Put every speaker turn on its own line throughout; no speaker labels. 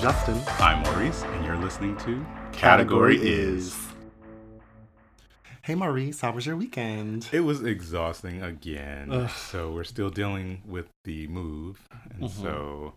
Justin.
I'm Maurice, and you're listening to
Category Is. Hey Maurice, how was your weekend?
It was exhausting again.
Ugh.
So we're still dealing with the move, and
Mhm.
so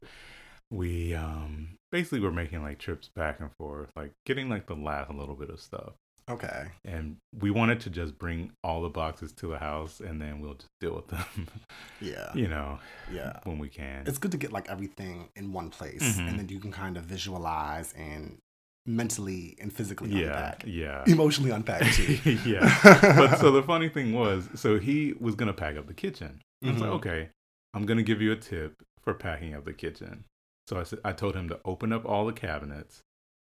we um basically we're making like trips back and forth, like getting like the last little bit of stuff.
Okay.
And we wanted to just bring all the boxes to the house, and then we'll just deal with them,
Yeah.
you know,
Yeah.
when we can.
It's good to get like everything in one place
Mhm.
and then you can kind of visualize and mentally and physically
yeah,
unpack.
yeah,
Emotionally unpack too.
yeah. But so the funny thing was, so he was gonna pack up the kitchen. I was like,
Mhm.
okay, I'm gonna give you a tip for packing up the kitchen. So I said, I told him to open up all the cabinets,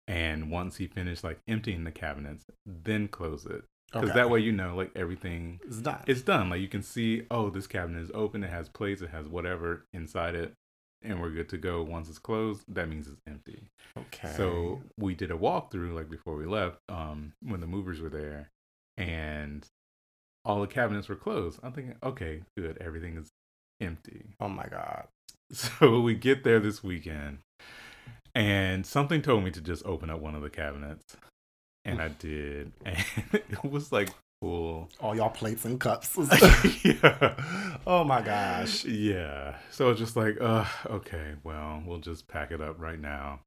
and once he finished like emptying the cabinets, then close it, because
Okay.
that way you know like everything
it's done.
it's done. Like you can see, oh, this cabinet is open. It has plates. It has whatever inside it, and we're good to go. Once it's closed, that means it's empty.
okay.
So we did a walkthrough like before we left, um, when the movers were there, and all the cabinets were closed. I'm thinking, okay, good, everything is empty.
Oh my god.
So we get there this weekend, and something told me to just open up one of the cabinets, and I did, and it was like full.
All y'all plates and cups.
yeah.
oh my gosh.
Yeah. So I was just like, uh, okay, well, we'll just pack it up right now.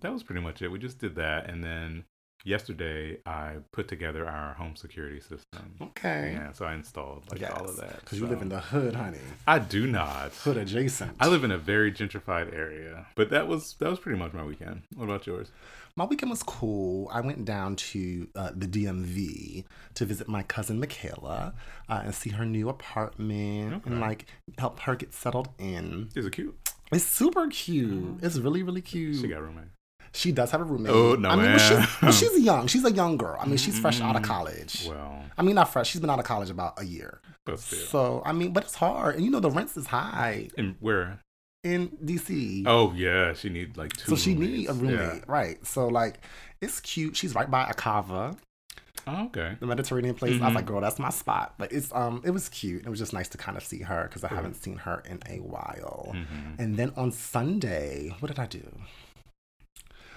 That was pretty much it. We just did that. And then yesterday, I put together our home security system.
Okay.
Yeah. So I installed like all of that.
Because you live
So-
in the hood, honey.
I do not.
Hood adjacent.
I live in a very gentrified area. But that was that was pretty much my weekend. What about yours?
My weekend was cool. I went down to uh, the DMV to visit my cousin Michaela uh, and see her new apartment and like help her get settled in.
Is it cute?
It's super cute. It's really really cute.
Oh. She
She,
got a roommate.
does have a roommate.
Oh, no,
I mean, well,
ma'am.
she's, well, she's young. She's a young girl. I mean, she's fresh out of college.
Mm-hmm. Well,
I mean, not fresh. She's been out of college about a year.
but still.
So I mean, but it's hard, and you know the rents is high
And where?
in DC.
Oh yeah, she need like two.
so she need a
roommates.
roommate, right? So like, it's cute. She's right by Akava.
Yeah. Oh, okay.
the Mediterranean place. I
Mhm.
was like, girl, that's my spot. But it's um, it was cute. It was just nice to kind of see her because I haven't seen her in a while.
Mhm.
And then on Sunday, what did I do?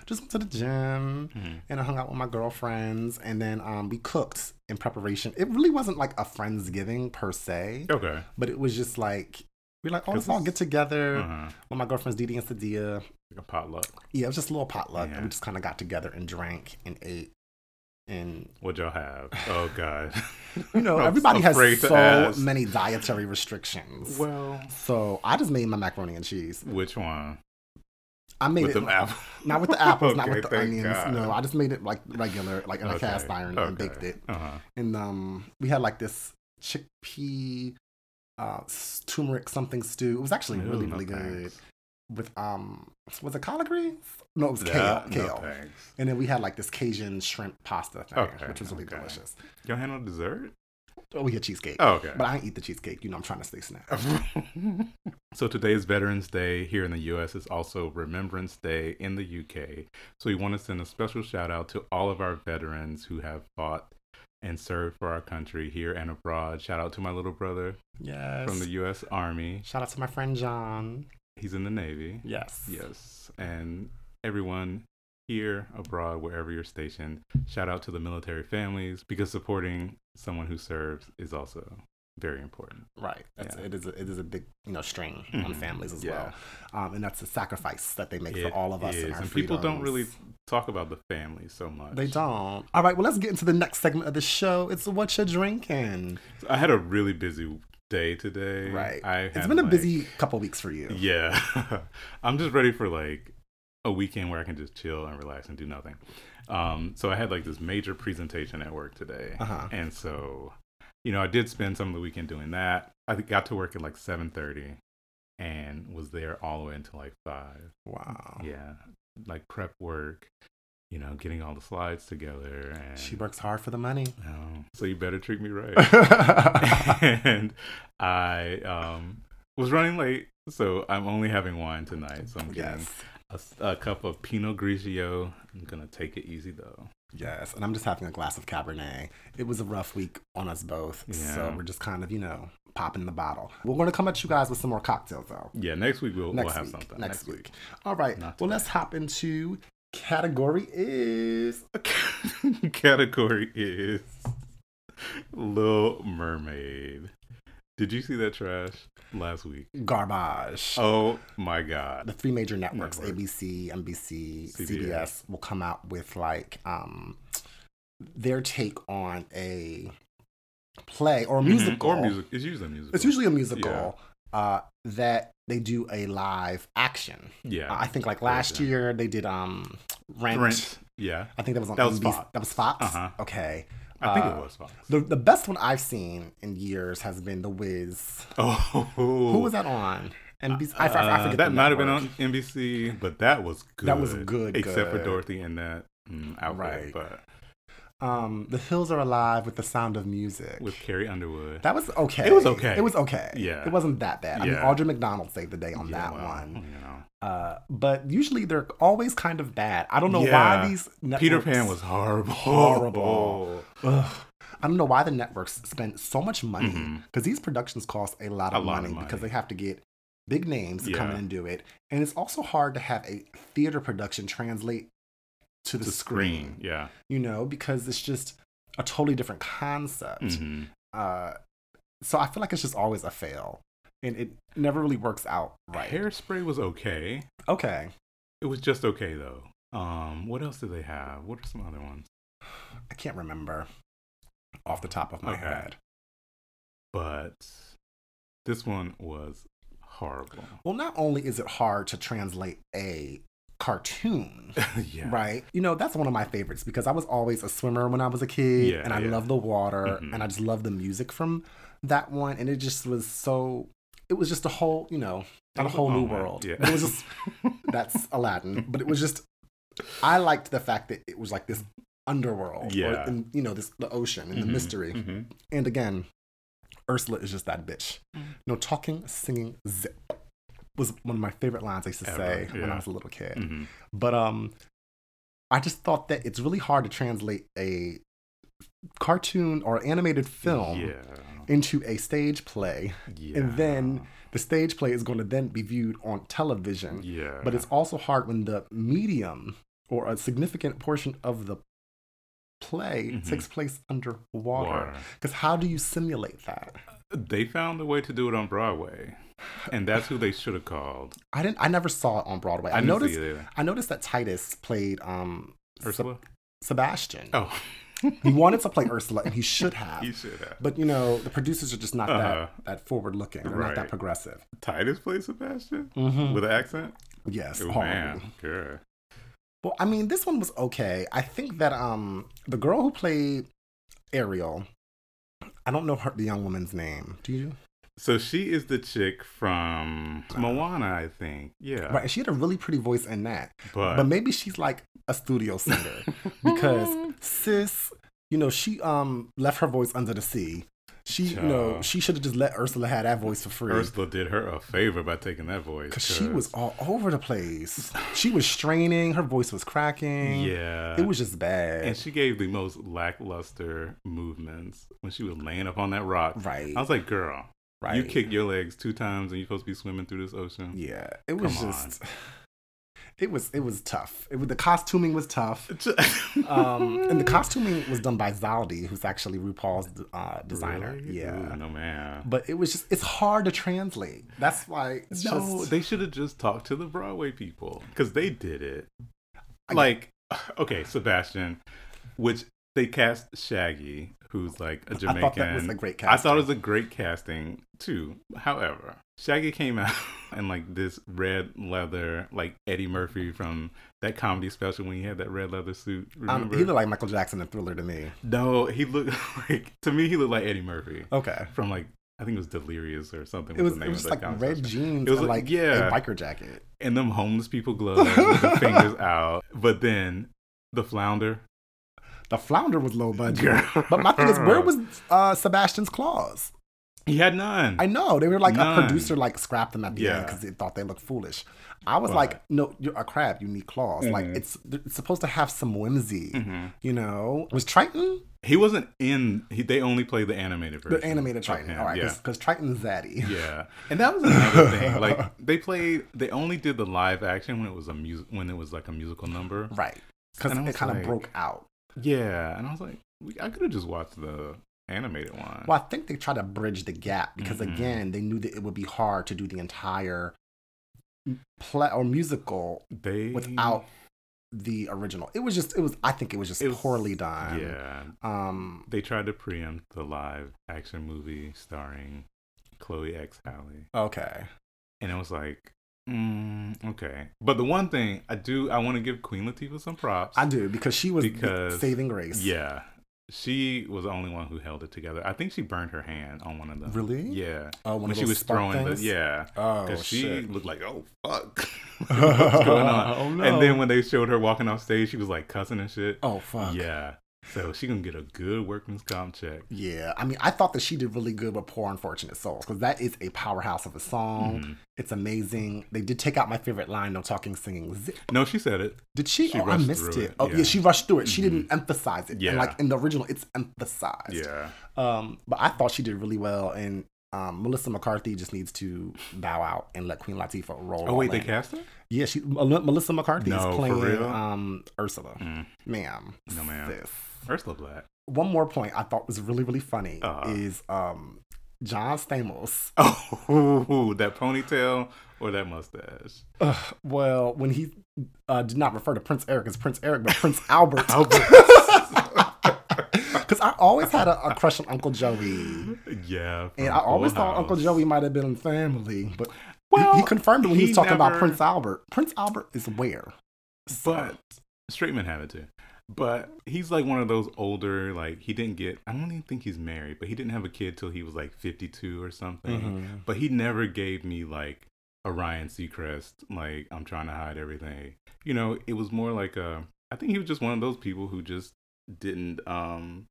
Just went to the gym
Mhm.
and I hung out with my girlfriends, and then um, we cooked in preparation. It really wasn't like a friendsgiving per se,
Okay.
but it was just like we're like, oh, let's
This
all
is-
get together
Uh-huh.
with my girlfriends Didi and Sadia.
Like a potluck.
Yeah, it was just a little potluck.
Yeah.
We just kind of got together and drank and ate and
What y'all have? Oh God.
You know,
I'm
everybody has
afraid to
so
ask.
many dietary restrictions.
Well,
so I just made my macaroni and cheese.
which one?
I made
With
it
them apples?
not with the apples, not
Okay,
with the
thank
onions.
God.
No, I just made it like regular, like in a
Okay,
cast iron and
okay.
baked it.
Uh-huh.
And um, we had like this chickpea, uh, s- turmeric something stew. It was actually really
Ooh, no
really good
thanks.
with um, was it collard greens? No, it was
Yeah,
kale. Kale.
No thanks.
and then we had like this Cajun shrimp pasta thing,
Okay,
which was really
okay.
delicious.
Y'all handle dessert?
Oh, we had cheesecake.
Oh, okay.
But I didn't eat the cheesecake. You know, I'm trying to stay snack.
so today is Veterans Day here in the U.S. It's also Remembrance Day in the U.K. So we want to send a special shout out to all of our veterans who have fought and served for our country here and abroad. Shout out to my little brother
Yes.
from the U.S. Army.
Shout out to my friend John.
He's in the Navy.
Yes.
Yes. And everyone here, abroad, wherever you're stationed, shout out to the military families because supporting someone who serves is also very important.
Right. That's,
Yeah.
It is. A, it is a big, you know, strain on
Mhm.
families as
Yeah.
well, um, and that's a sacrifice that they make
It
for all of us.
is.
And, our
and people don't really
freedoms.
talk about the family so much.
They don't. All right. Well, let's get into the next segment of the show. It's what you're drinking.
So I had a really busy day today.
Right.
I
it's
had,
been a
like-
busy couple weeks for you.
Yeah. I'm just ready for like a weekend where I can just chill and relax and do nothing. Um, so I had like this major presentation at work today.
Uh huh.
and so you know i did spend some of the weekend doing that i got to work at like 7.30 and was there all the way until like 5
Wow.
yeah like prep work you know getting all the slides together and
She works hard for the money.
Oh, so you better treat me right
okay.
and i um was running late so i'm only having wine tonight so i'm getting
Yes.
a, a cup of pinot grigio i'm gonna take it easy though
Yes, and I'm just having a glass of Cabernet. It was a rough week on us both, so
Yeah.
we're just kind of, you know, popping the bottle. We're going to come at you guys with some more cocktails, though.
Yeah, next week we'll,
Next
we'll have
week.
something.
Next, week. All right.
Not
well, let's hop into category is
Category is Little Mermaid. Did you see that trash last week?
garbage.
Oh my god.
The three major networks,
Network.
ABC, NBC,
CBS.
CBS. will come out with like um their take on a play or musical.
Mm-hmm. Or music. It's usually a musical.
It's usually a musical uh, that they do a live action.
yeah.
I think like last
Yeah.
year they did um Rent.
Rent. Yeah.
I think that was on
That was
NBC
Fox.
That was Fox.
Uh-huh.
Okay.
I think it
Uh,
was Fox.
The the best one I've seen in years has been The Wiz.
oh. Uh,
Who was that on? NBC. I, I, I forget.
that
the
might have been on
network.
NBC, but that was good.
That was good,
Except for
good.
Dorothy and that mm, outfit,
Right.
but
Um, The Hills Are Alive with the Sound of Music.
with Carrie Underwood.
that was okay.
It was okay.
It was okay.
Yeah.
It wasn't that bad. I mean,
Yeah.
Audra McDonald saved the day on
Yeah,
that
well,
one.
You know.
Uh, but usually they're always kind of bad. I don't know
Yeah.
why these networks,
Peter Pan was horrible.
Horrible. Ugh. I don't know why the networks spend so much money because
Mhm.
these productions cost a lot
A
of,
lot of
money,
money.
because they have to get big names to come
Yeah.
in and do it, and it's also hard to have a theater production translate to the,
The
screen,
screen. Yeah.
you know, because it's just a totally different concept.
Mhm.
Uh, so I feel like it's just always a fail, and it never really works out right.
Hairspray was okay.
okay,
It was just okay though. Um, what else do they have? What are some other ones?
I can't remember off the top of my
Okay.
head.
But this one was horrible.
Well, not only is it hard to translate a cartoon
yeah.
Right. You know, that's one of my favorites because I was always a swimmer when I was a kid
Yeah,
and I
yeah.
love the water
Mhm.
and I just love the music from that one. And it just was so, it was just a whole, you know,
It
not a
was a
whole new
moment,
world.
yeah.
It was just, that's Aladdin. But it was just, I liked the fact that it was like this underworld. Or,
Yeah.
and, you know, this, the ocean and the
Mhm,
mystery.
mhm.
And again, Ursula is just that bitch.
Mm.
No talking, singing, zip. Was one of my favorite lines I used to
Ever,
say when
yeah.
I was a little kid
Mhm.
but um i just thought that it's really hard to translate a cartoon or animated film
Yeah.
into a stage play
yeah.
and then the stage play is going to then be viewed on television
yeah.
but it's also hard when the medium or a significant portion of the play
Mhm.
takes place underwater
Water.
because how do you simulate that
They found a way to do it on Broadway, and that's who they should have called.
i didn't i never saw it on broadway i,
didn't see
noticed
it either.
i noticed that titus played um Seb-
Ursula.
sebastian
Oh,
he wanted to play Ursula, and he should have.
you should have.
but you know, the producers are just not
Uh-huh.
that that forward looking. They're not
Right.
that progressive.
Titus played Sebastian
Mm-hmm.
with an accent.
Yes,
Oh
horrible.
man, good.
Well, I mean, this one was okay. I think that um, the girl who played Ariel, I don't know her the young woman's name. Do you?
So she is the chick from Moana, I think. Yeah,
Right, and she had a really pretty voice in that.
but,
but maybe she's like a studio singer because sis, you know, she um left her voice under the sea. She, you know,
Child.
she should have just let Ursula have that voice for free.
Ursula did her a favor by taking that voice
Cause she was all over the place. She was straining. Her voice was cracking.
yeah,
it was just bad.
and she gave the most lackluster movements when she was laying up on that rock.
right,
I was like, girl,
right.
you kick your legs two times and you're supposed to be swimming through this ocean.
Yeah, it was
Come on.
just. It was it was tough. It was, the costuming was tough, um, and the costuming was done by Zaldi, who's actually RuPaul's uh, designer.
Really?
Yeah,
Ooh, no man.
but it was just it's hard to translate. That's why it's
No,
just
they should have just talked to the Broadway people because they did it.
I-
Like, okay, Sebastian, which they cast Shaggy, who's like a Jamaican.
I thought that was a great
I
cast.
thought it was a great casting too. However, Shaggy came out in like this red leather, like Eddie Murphy from that comedy special when he had that red leather suit.
um,
Remember?
he looked like Michael Jackson in Thriller to me.
no, he looked like to me he looked like Eddie Murphy
Okay,
from like I think it was Delirious or something.
it was
the
it
name
was just
of
like
that comedy
red
special.
jeans
It was
and
like-
like
yeah.
a biker jacket.
and them homeless people gloves with the fingers out, but then the flounder.
The flounder was low budget.
Girl.
But my thing is, where was uh, Sebastian's claws?
He had none.
I know they were like a
None.
producer like scrapped them at the end
Yeah.
because they thought they looked foolish. I was like, no, you're a crab. You need claws. Like
Mm-hmm.
it's, it's supposed to have some whimsy.
Mhm.
You know, was Triton
He wasn't in. He, they only played the animated version.
the animated
of
Triton?
him,
All right,
Yeah.
because Triton's zaddy.
Yeah, and that was another thing. Like they played, they only did the live action when it was a music, when it was like a musical number.
Right. Because
And I
it
was
kind of
like-
broke out.
Yeah, and I was like, we, I could have just watched the animated one.
Well, I think they tried to bridge the gap because,
Mhm.
again, they knew that it would be hard to do the entire play or musical
They
without the original. It was just, it was, I think it was just
It was-
poorly done.
Yeah,
Um,
they tried to preempt the live action movie starring Chloe X Halle,
okay.
and it was like. Mm, okay, but the one thing I do, I want to give Queen Latifah some props.
I do because she was the
Because-
saving grace.
Yeah. She was the only one who held it together. I think she burned her hand on one of them.
Really?
Yeah.
Oh, one
When
of
she
those
was
spark
throwing the
things?
yeah.
Oh,
Because she
shit.
looked like, oh fuck. What's going on?
Oh, no.
And then when they showed her walking off stage, she was like cussing and shit.
oh, fuck.
Yeah. So she gonna get a good workman's comp check.
Yeah, I mean, I thought that she did really good with "Poor Unfortunate Souls" because that is a powerhouse of a song.
Mhm.
It's amazing. They did take out my favorite line, "No talking, singing." Zip.
No, she said it.
Did she?
She
oh, I
rushed
missed
through
it.
it,
Oh, yeah.
yeah. Mm-hmm.
she rushed through it. She didn't emphasize it. Yeah,
Yeah.
like in the original, it's emphasized.
Yeah.
Um, but I thought she did really well, and um, Melissa McCarthy just needs to bow out and let Queen Latifah roll.
Oh wait,
all
they
in.
cast her?
Yeah, she Mel- Melissa McCarthy
No,
is
for
playing
real?
um Ursula,
Mm.
ma'am.
No, ma'am.
Sis.
Ursula Black.
One more point I thought was really really funny
Uh-huh.
is um John Stamos.
Oh, that ponytail or that mustache?
Ugh, well, when he uh, did not refer to Prince Eric as Prince Eric, but Prince Albert. Because I always had a, a crush on Uncle Joey.
yeah.
And
from
I always
Full
thought Uncle
House.
Joey might have been in family, but well,
Well,
he, confirmed it when he,
he
was talking about
never-
Prince Albert. Prince Albert is where? So-
But straight men have it too. But he's like one of those older, like he didn't get. I don't even think he's married, but he didn't have a kid till he was like fifty-two or something.
Mhm.
But he never gave me like a Ryan Seacrest, like I'm trying to hide everything. You know, it was more like a. I think he was just one of those people who just didn't, um,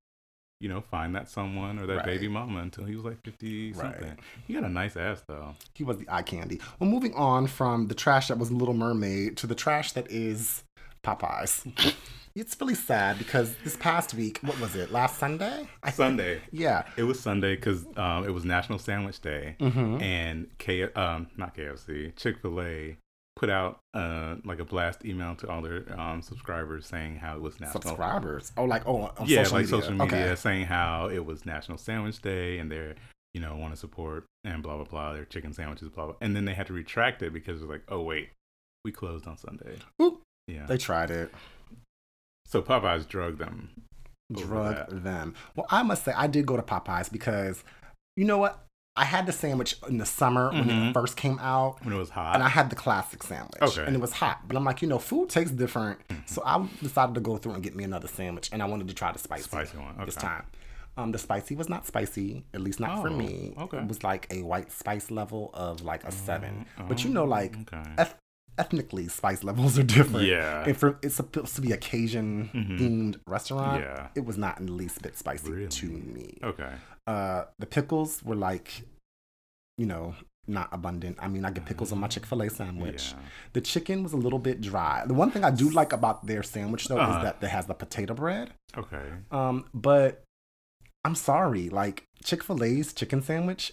you know, find that someone or that
Right.
baby mama until he was like fifty
Right.
something. He got a nice ass though.
He was the eye candy. Well, moving on from the trash that was Little Mermaid to the trash that is Popeyes. it's really sad because this past week, what was it? Last Sunday? I think-
Sunday.
Yeah.
It was Sunday because um, it was National Sandwich Day,
Mhm.
and K um not KFC Chick Fil A put out uh like a blast email to all their um subscribers saying how it was national
Subscribers. Oh, like oh, on
yeah
social
like
media.
social media
Okay.
saying how it was National Sandwich Day and they're you know want to support and blah blah blah their chicken sandwiches blah blah and then they had to retract it because it was like oh wait we closed on Sunday
Oop.
yeah
They tried it.
so Popeyes drugged them Over
Drug
that.
them. Well, I must say, I did go to Popeyes because, you know what? I had the sandwich in the summer when it
Mhm.
first came out.
when it was hot
and I had the classic sandwich.
Okay. Mm-hmm.
And it was hot. But I'm like, you know, food tastes different. So I decided to go through and get me another sandwich. And I wanted to try the spicy,
Spicy one,
this
okay.
time. Um, the spicy was not spicy, at least not for
Oh,
me.
okay. Mm-hmm.
It was like a white spice level of like a seven. But you know, like
Oh, okay
eth- ethnically, spice levels are different.
Yeah. Mm-hmm.
And for it's supposed to be a Cajun themed restaurant.
Yeah.
It was not in the least bit spicy
Really? Oh.
to me.
okay
Uh, the pickles were like, you know, not abundant. I mean, I get pickles on my Chick Fil A sandwich.
Mm-hmm. Yeah.
The chicken was a little bit dry. The one thing I do like about their sandwich though is
Uh-huh.
that it has the potato bread.
okay
Um, but I'm sorry, like Chick Fil A's chicken sandwich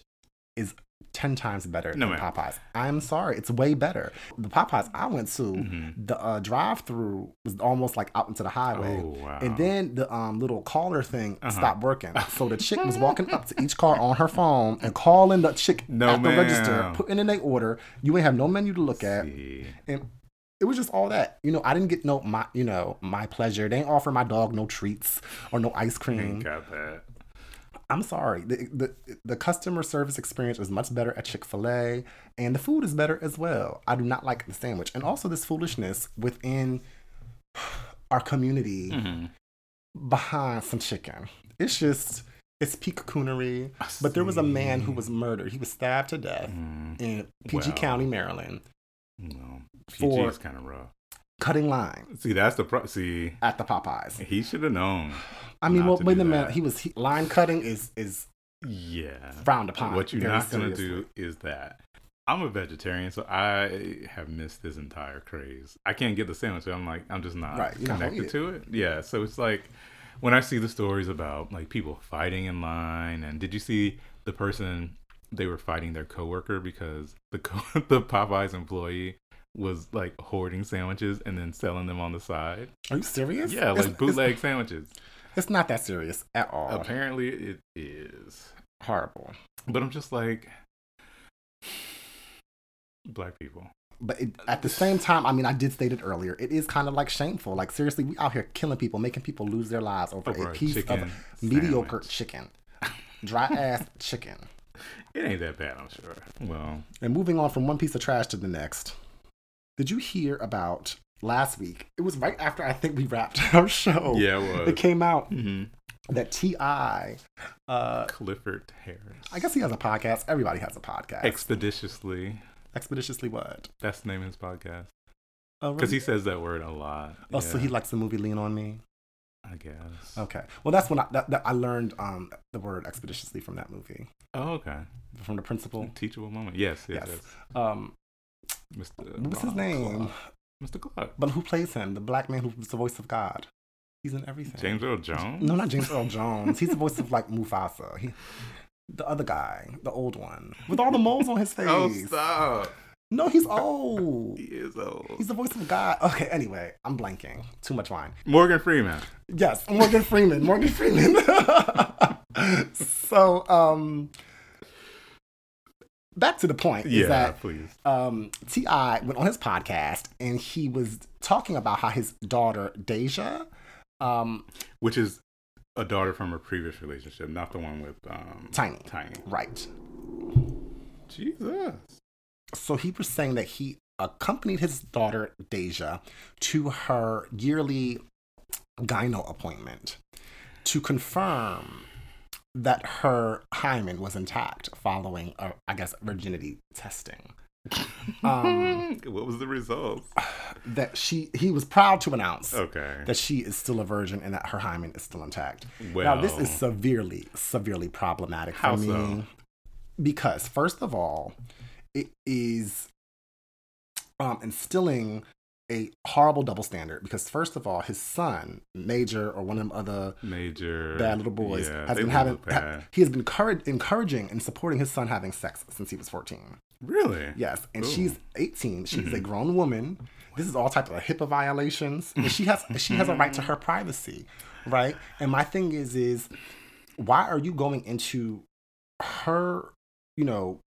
is ten times better
No,
than
ma'am.
Popeyes. I'm sorry, it's way better. The Popeyes I went to,
Mhm.
the uh, drive-through was almost like out into the highway.
oh wow
And then the um, little caller thing
Uh-huh.
stopped working. So the chick was walking up to each car on her phone and calling the chick
No,
at the register,
ma'am.
putting in their order. You ain't have no menu to look at.
See.
And it was just all that. You know, I didn't get no my you know, my pleasure. They ain't offer my dog no treats or no ice
Ain't
cream.
got that.
I'm sorry. The, the the customer service experience is much better at Chick-fil-A and the food is better as well. I do not like the sandwich. And also this foolishness within our community
Mm. Mm-hmm.
behind some chicken. It's just it's peak coonery. But there was a man who was murdered. He was stabbed to death
Mm,
in PG
Wow.
County, Maryland,
no, PG
For-
is kind of rough.
cutting line
See, that's the pro- see.
at the Popeyes.
He should have known.
I mean,
Not
well,
to
wait
do
a minute.
that.
He was he, line cutting is is
Yeah.
frowned upon.
What you're
very
not going to
seriously.
do is that. I'm a vegetarian, so I have missed this entire craze. I can't get the sandwich. so I'm like, I'm just not
Right, you're not gonna
connected
eat it.
to it. Yeah. So it's like when I see the stories about like people fighting in line, and did you see the person they were fighting their coworker because the co- the Popeyes employee was like hoarding sandwiches and then selling them on the side.
Are you serious?
Yeah,
It's-
like bootleg sandwiches.
It's, it's not that serious at all.
Apparently, it is.
Horrible.
But I'm just like, black people.
But it, at the same time, I mean, I did state it earlier. It is kind of like shameful. Like seriously, we out here killing people, making people lose their lives over,
Over
a
a
piece
chicken
of mediocre
sandwich.
chicken, dry ass chicken.
It ain't that bad, I'm sure. Well,
And moving on from one piece of trash to the next. Did you hear about last week? It was right after I think we wrapped our show.
yeah, it
It
was.
came out
hmm
that T.I. Uh,
Clifford Harris.
I guess he has a podcast. Everybody has a podcast.
Expeditiously.
Expeditiously what?
That's the name of his podcast.
Oh,
Because he says that word a lot.
Oh, so
Yeah,
he Oh. likes the movie Lean on Me.
I guess.
Okay. Well, that's when I that, that I learned um the word expeditiously from that movie,
Oh, okay.
from the principal.
Teachable moment. Yes, yes,
Yes.
yes.
Um,
Mr.
what's his
Clark.
name?
Mr. Clark.
But who plays him? The black man who's the voice of God. He's in everything.
James Earl Jones?
No, not James Earl Jones. He's the voice of like Mufasa. He, the other guy, the old one, with all the moles on his face.
Oh, stop.
No, he's old.
He is old.
He's the voice of God. Okay, anyway, I'm blanking. Too much wine.
Morgan Freeman.
Yes, Morgan Freeman. Morgan Freeman. so, um, back to the point
Yeah,
is that
please.
um, Ti went on his podcast and he was talking about how his daughter Deja, um,
which is a daughter from her previous relationship, not the one with um,
Tiny.
Tiny.
right?
Jesus.
So he was saying that he accompanied his daughter Deja to her yearly gyno appointment to confirm that her hymen was intact following, uh, I guess, virginity testing. Um,
what was the result?
that she, he was proud to announce
Okay.
that she is still a virgin and that her hymen is still intact.
Well,
now, this is severely, severely problematic for
How
me.
so?
Because, first of all, it is um, instilling a horrible double standard. Because, first of all, his son, Major, or one of them other
major.
bad little boys,
Yeah,
has
they
been
look
having,
bad.
he has been courage, encouraging and supporting his son having sex since he was 14.
Really?
Yes, and
Ooh.
she's 18. She's a grown woman. This is all type of HIPAA violations. And she has she has a right to her privacy, right? And my thing is is why are you going into her, you know,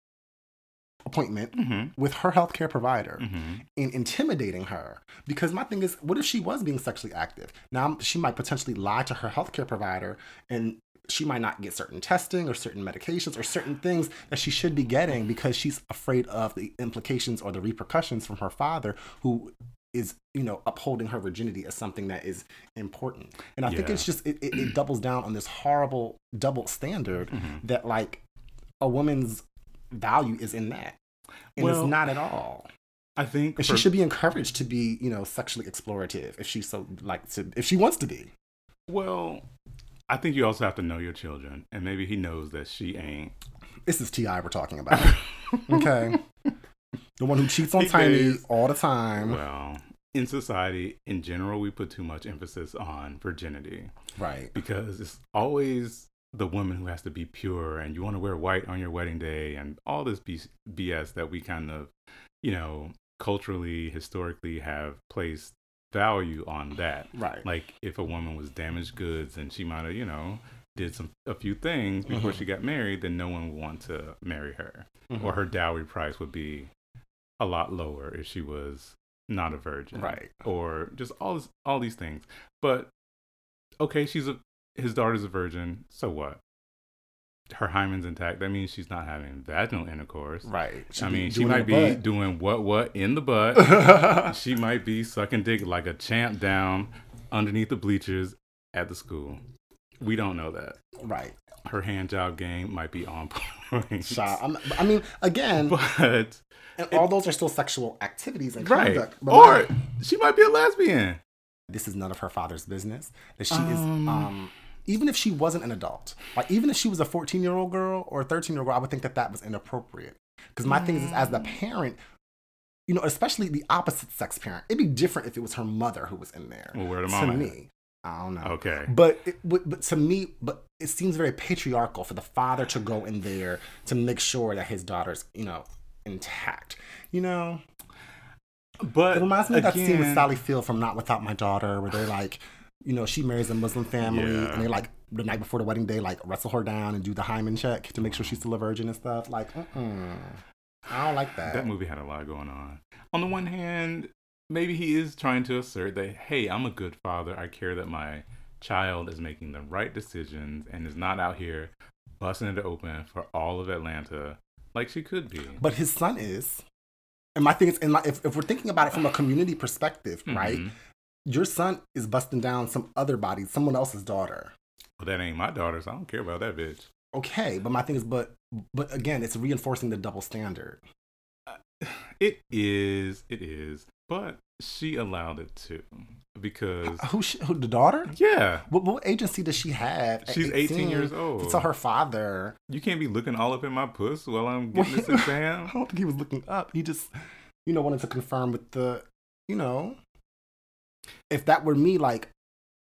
appointment
Mm-hmm.
with her healthcare provider
Mm-hmm.
and intimidating her? Because my thing is, what if she was being sexually active? Now she might potentially lie to her healthcare provider and she might not get certain testing or certain medications or certain things that she should be getting because she's afraid of the implications or the repercussions from her father who is you know upholding her virginity as something that is important and i think
Yeah.
it's just it, it, it doubles down on this horrible double standard
Mhm.
that like a woman's value is in that and
Well,
it's not at all
I think
and
for-
she should be encouraged to be, you know, sexually explorative if she so like to if she wants to be.
Well, I think you also have to know your children, and maybe he knows that she ain't.
This is Ti we're talking about. okay, the one who cheats on
He
Tiny
is.
all the time.
Well, in society in general, we put too much emphasis on virginity.
Right.
because it's always the woman who has to be pure and you want to wear white on your wedding day and all this B- BS that we kind of, you know, culturally, historically have placed value on that.
Right.
Like if a woman was damaged goods and she might have, you know, did some a few things before she got married, then no one would want to marry her. Mm-hmm. Or her dowry price would be a lot lower if she was not a virgin
Right.
or just all this, all these things. But okay, she's a his daughter's a virgin, so what? Her hymen's intact. That means she's not having vaginal intercourse.
Right.
I
be
mean, she
doing
might
her
be
butt.
doing what what in the butt. she might be sucking dick like a champ down underneath the bleachers at the school. We don't know that.
right.
Her hand job game might be on point.
So, I'm, I mean, again,
But
and all those are still sexual activities and
right.
conduct. But
Or
like,
she might be a lesbian.
this is none of her father's business. That she is
Um,
um, even if she wasn't an adult, like even if she was a 14 year old girl or a 13 year old girl, I would think that that was inappropriate. Because my thing is, is as the parent, you know, especially the opposite sex parent, it'd be different if it was her mother who was in there.
Well, where the
to
mama at?
me, I don't know.
Okay.
But it, but but to me, but it seems very patriarchal for the father to go in there to make sure that his daughter's, you know, intact. You know,
But
it reminds me of that scene with
again-
Sally Field from Not Without My Daughter, where they're like, you know, she marries a Muslim family,
Yeah.
and they like the night before the wedding day, like wrestle her down and do the hymen check to make sure she's still a virgin and stuff. Like, mm-mm. I don't like that.
That movie had a lot going on. On the one hand, maybe he is trying to assert that, hey, I'm a good father. I care that my child is making the right decisions and is not out here busting it open for all of Atlanta like she could be.
but his son is, and my thing is, and my, if if we're thinking about it from a community perspective, right?
Mhm.
Your son is busting down some other body, someone else's daughter.
Well, that ain't my daughter, so I don't care about that bitch.
Okay, but my thing is, but but again, it's reinforcing the double standard.
It is, it is. But she allowed it to because,
Who, she, who the daughter?
yeah,
What, what agency does she have? at
she's 18 years
to
old.
tell her father.
You can't be looking all up in my puss while I'm getting this
I
exam.
don't think he was looking up. He just, you know, wanted to confirm with the, you know, if that were me, like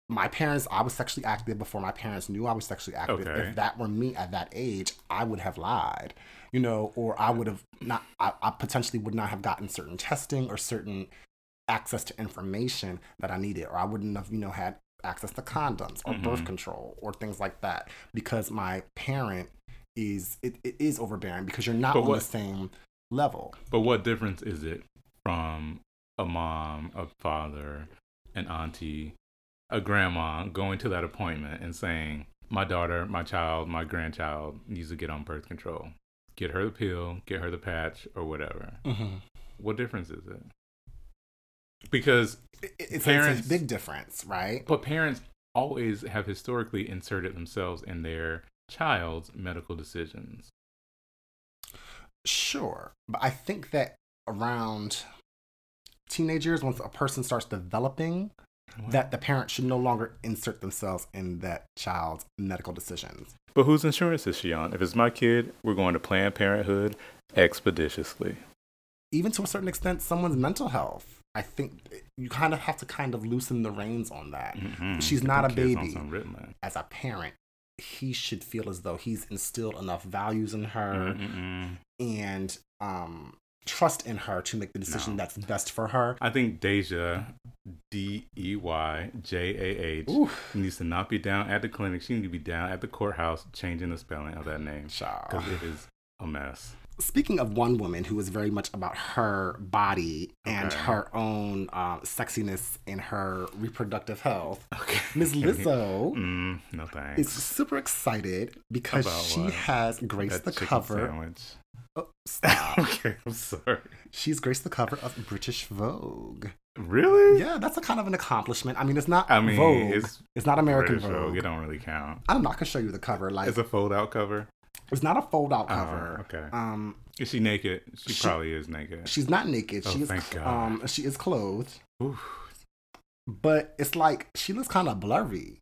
my parents, I was sexually active before my parents knew I was sexually active.
Okay.
If that were me at that age, I would have lied, you know, or I would have not, I, I potentially would not have gotten certain testing or certain access to information that I needed, or I wouldn't have, you know, had access to condoms or birth
Mhm.
control or things like that because my parent is it, it is overbearing because you're not
But
on
what-
the same level.
But what difference is it from a mom, a father, an auntie, a grandma going to that appointment and saying, My daughter, my child, my grandchild needs to get on birth control. Get her the pill, get her the patch, or whatever. What difference is it? Because,
It, it's, parents,
Parents-
a big difference, right?
but parents always have historically inserted themselves in their child's medical decisions.
Sure, but I think that around teenagers, once a person starts developing, that the parent should no longer insert themselves in that child's medical decisions.
But whose insurance is she on? If it's my kid, we're going to Planned Parenthood expeditiously.
Even to a certain extent, someone's mental health. I think you kind of have to kind of loosen the reins on that. She's
Get
not
them
a
Mm-hmm. kids on
baby.
some Ritalin.
As a parent, he should feel as though he's instilled enough values in
Uh-huh. Mm-hmm.
her.
Mm-mm-mm.
and um, trust in her to make the decision
No.
that's best for her.
I think Deja, D E Y J A H,
Ooh,
needs to not be down at the clinic. She needs to be down at the courthouse changing the spelling of that name
child.
because it is a mess.
Speaking of one woman who is very much about her body and
Okay.
her own um, sexiness and her reproductive health,
Okay.
Ms. Lizzo
Mm, no
is
thanks.
super excited because
About
she
what?
has graced
That
the
chicken
cover.
sandwich.
Oh, stop.
okay, I'm sorry.
She's graced the cover of British Vogue.
Really?
Yeah, that's a kind of an accomplishment. I mean, it's not
I mean,
Vogue. It's,
it's
not American
British Vogue.
Vogue.
It don't really count.
I'm not gonna show you the cover. Like
It's a fold out cover.
It's not a fold out
Oh,
cover.
okay.
Um,
Is she naked? She,
She-
probably is naked.
she's not naked.
Oh,
she is.
thank
cl-
God.
Um, she is clothed,
Oof.
but it's like she looks kind of blurry.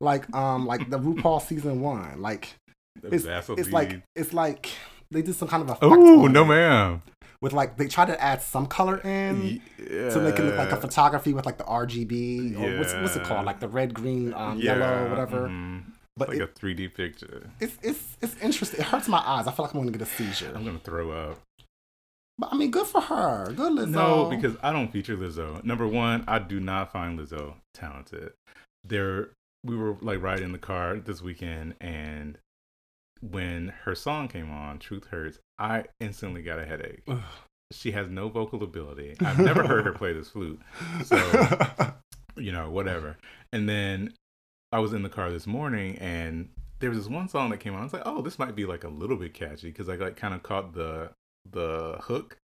like um, like the RuPaul season one. Like it's,
Vaseline.
it's like it's like they did some kind of effect.
oh
on
no,
it
ma'am.
With like they try to add some color in.
Yeah.
To make it look like a photography with like the RGB or what's, what's it
Yeah.
called, like the red, green, um,
Yeah,
yellow, whatever.
mhm.
But
like
it,
a 3D picture.
it's it's it's interesting. It hurts my eyes. I feel like I'm gonna get a
I'm
seizure.
gonna throw up.
But I mean, good for her. Good Lizzo.
No, because I don't feature Lizzo. Number one, I do not find Lizzo talented. There, we were like riding in the car this weekend, and when her song came on, "Truth Hurts," I instantly got a headache. She has no vocal ability. I've never heard her play this flute. So- you know, whatever. And then I was in the car this morning and there was this one song that came on. I was like, oh, this might be like a little bit catchy because I like kind of caught the the hook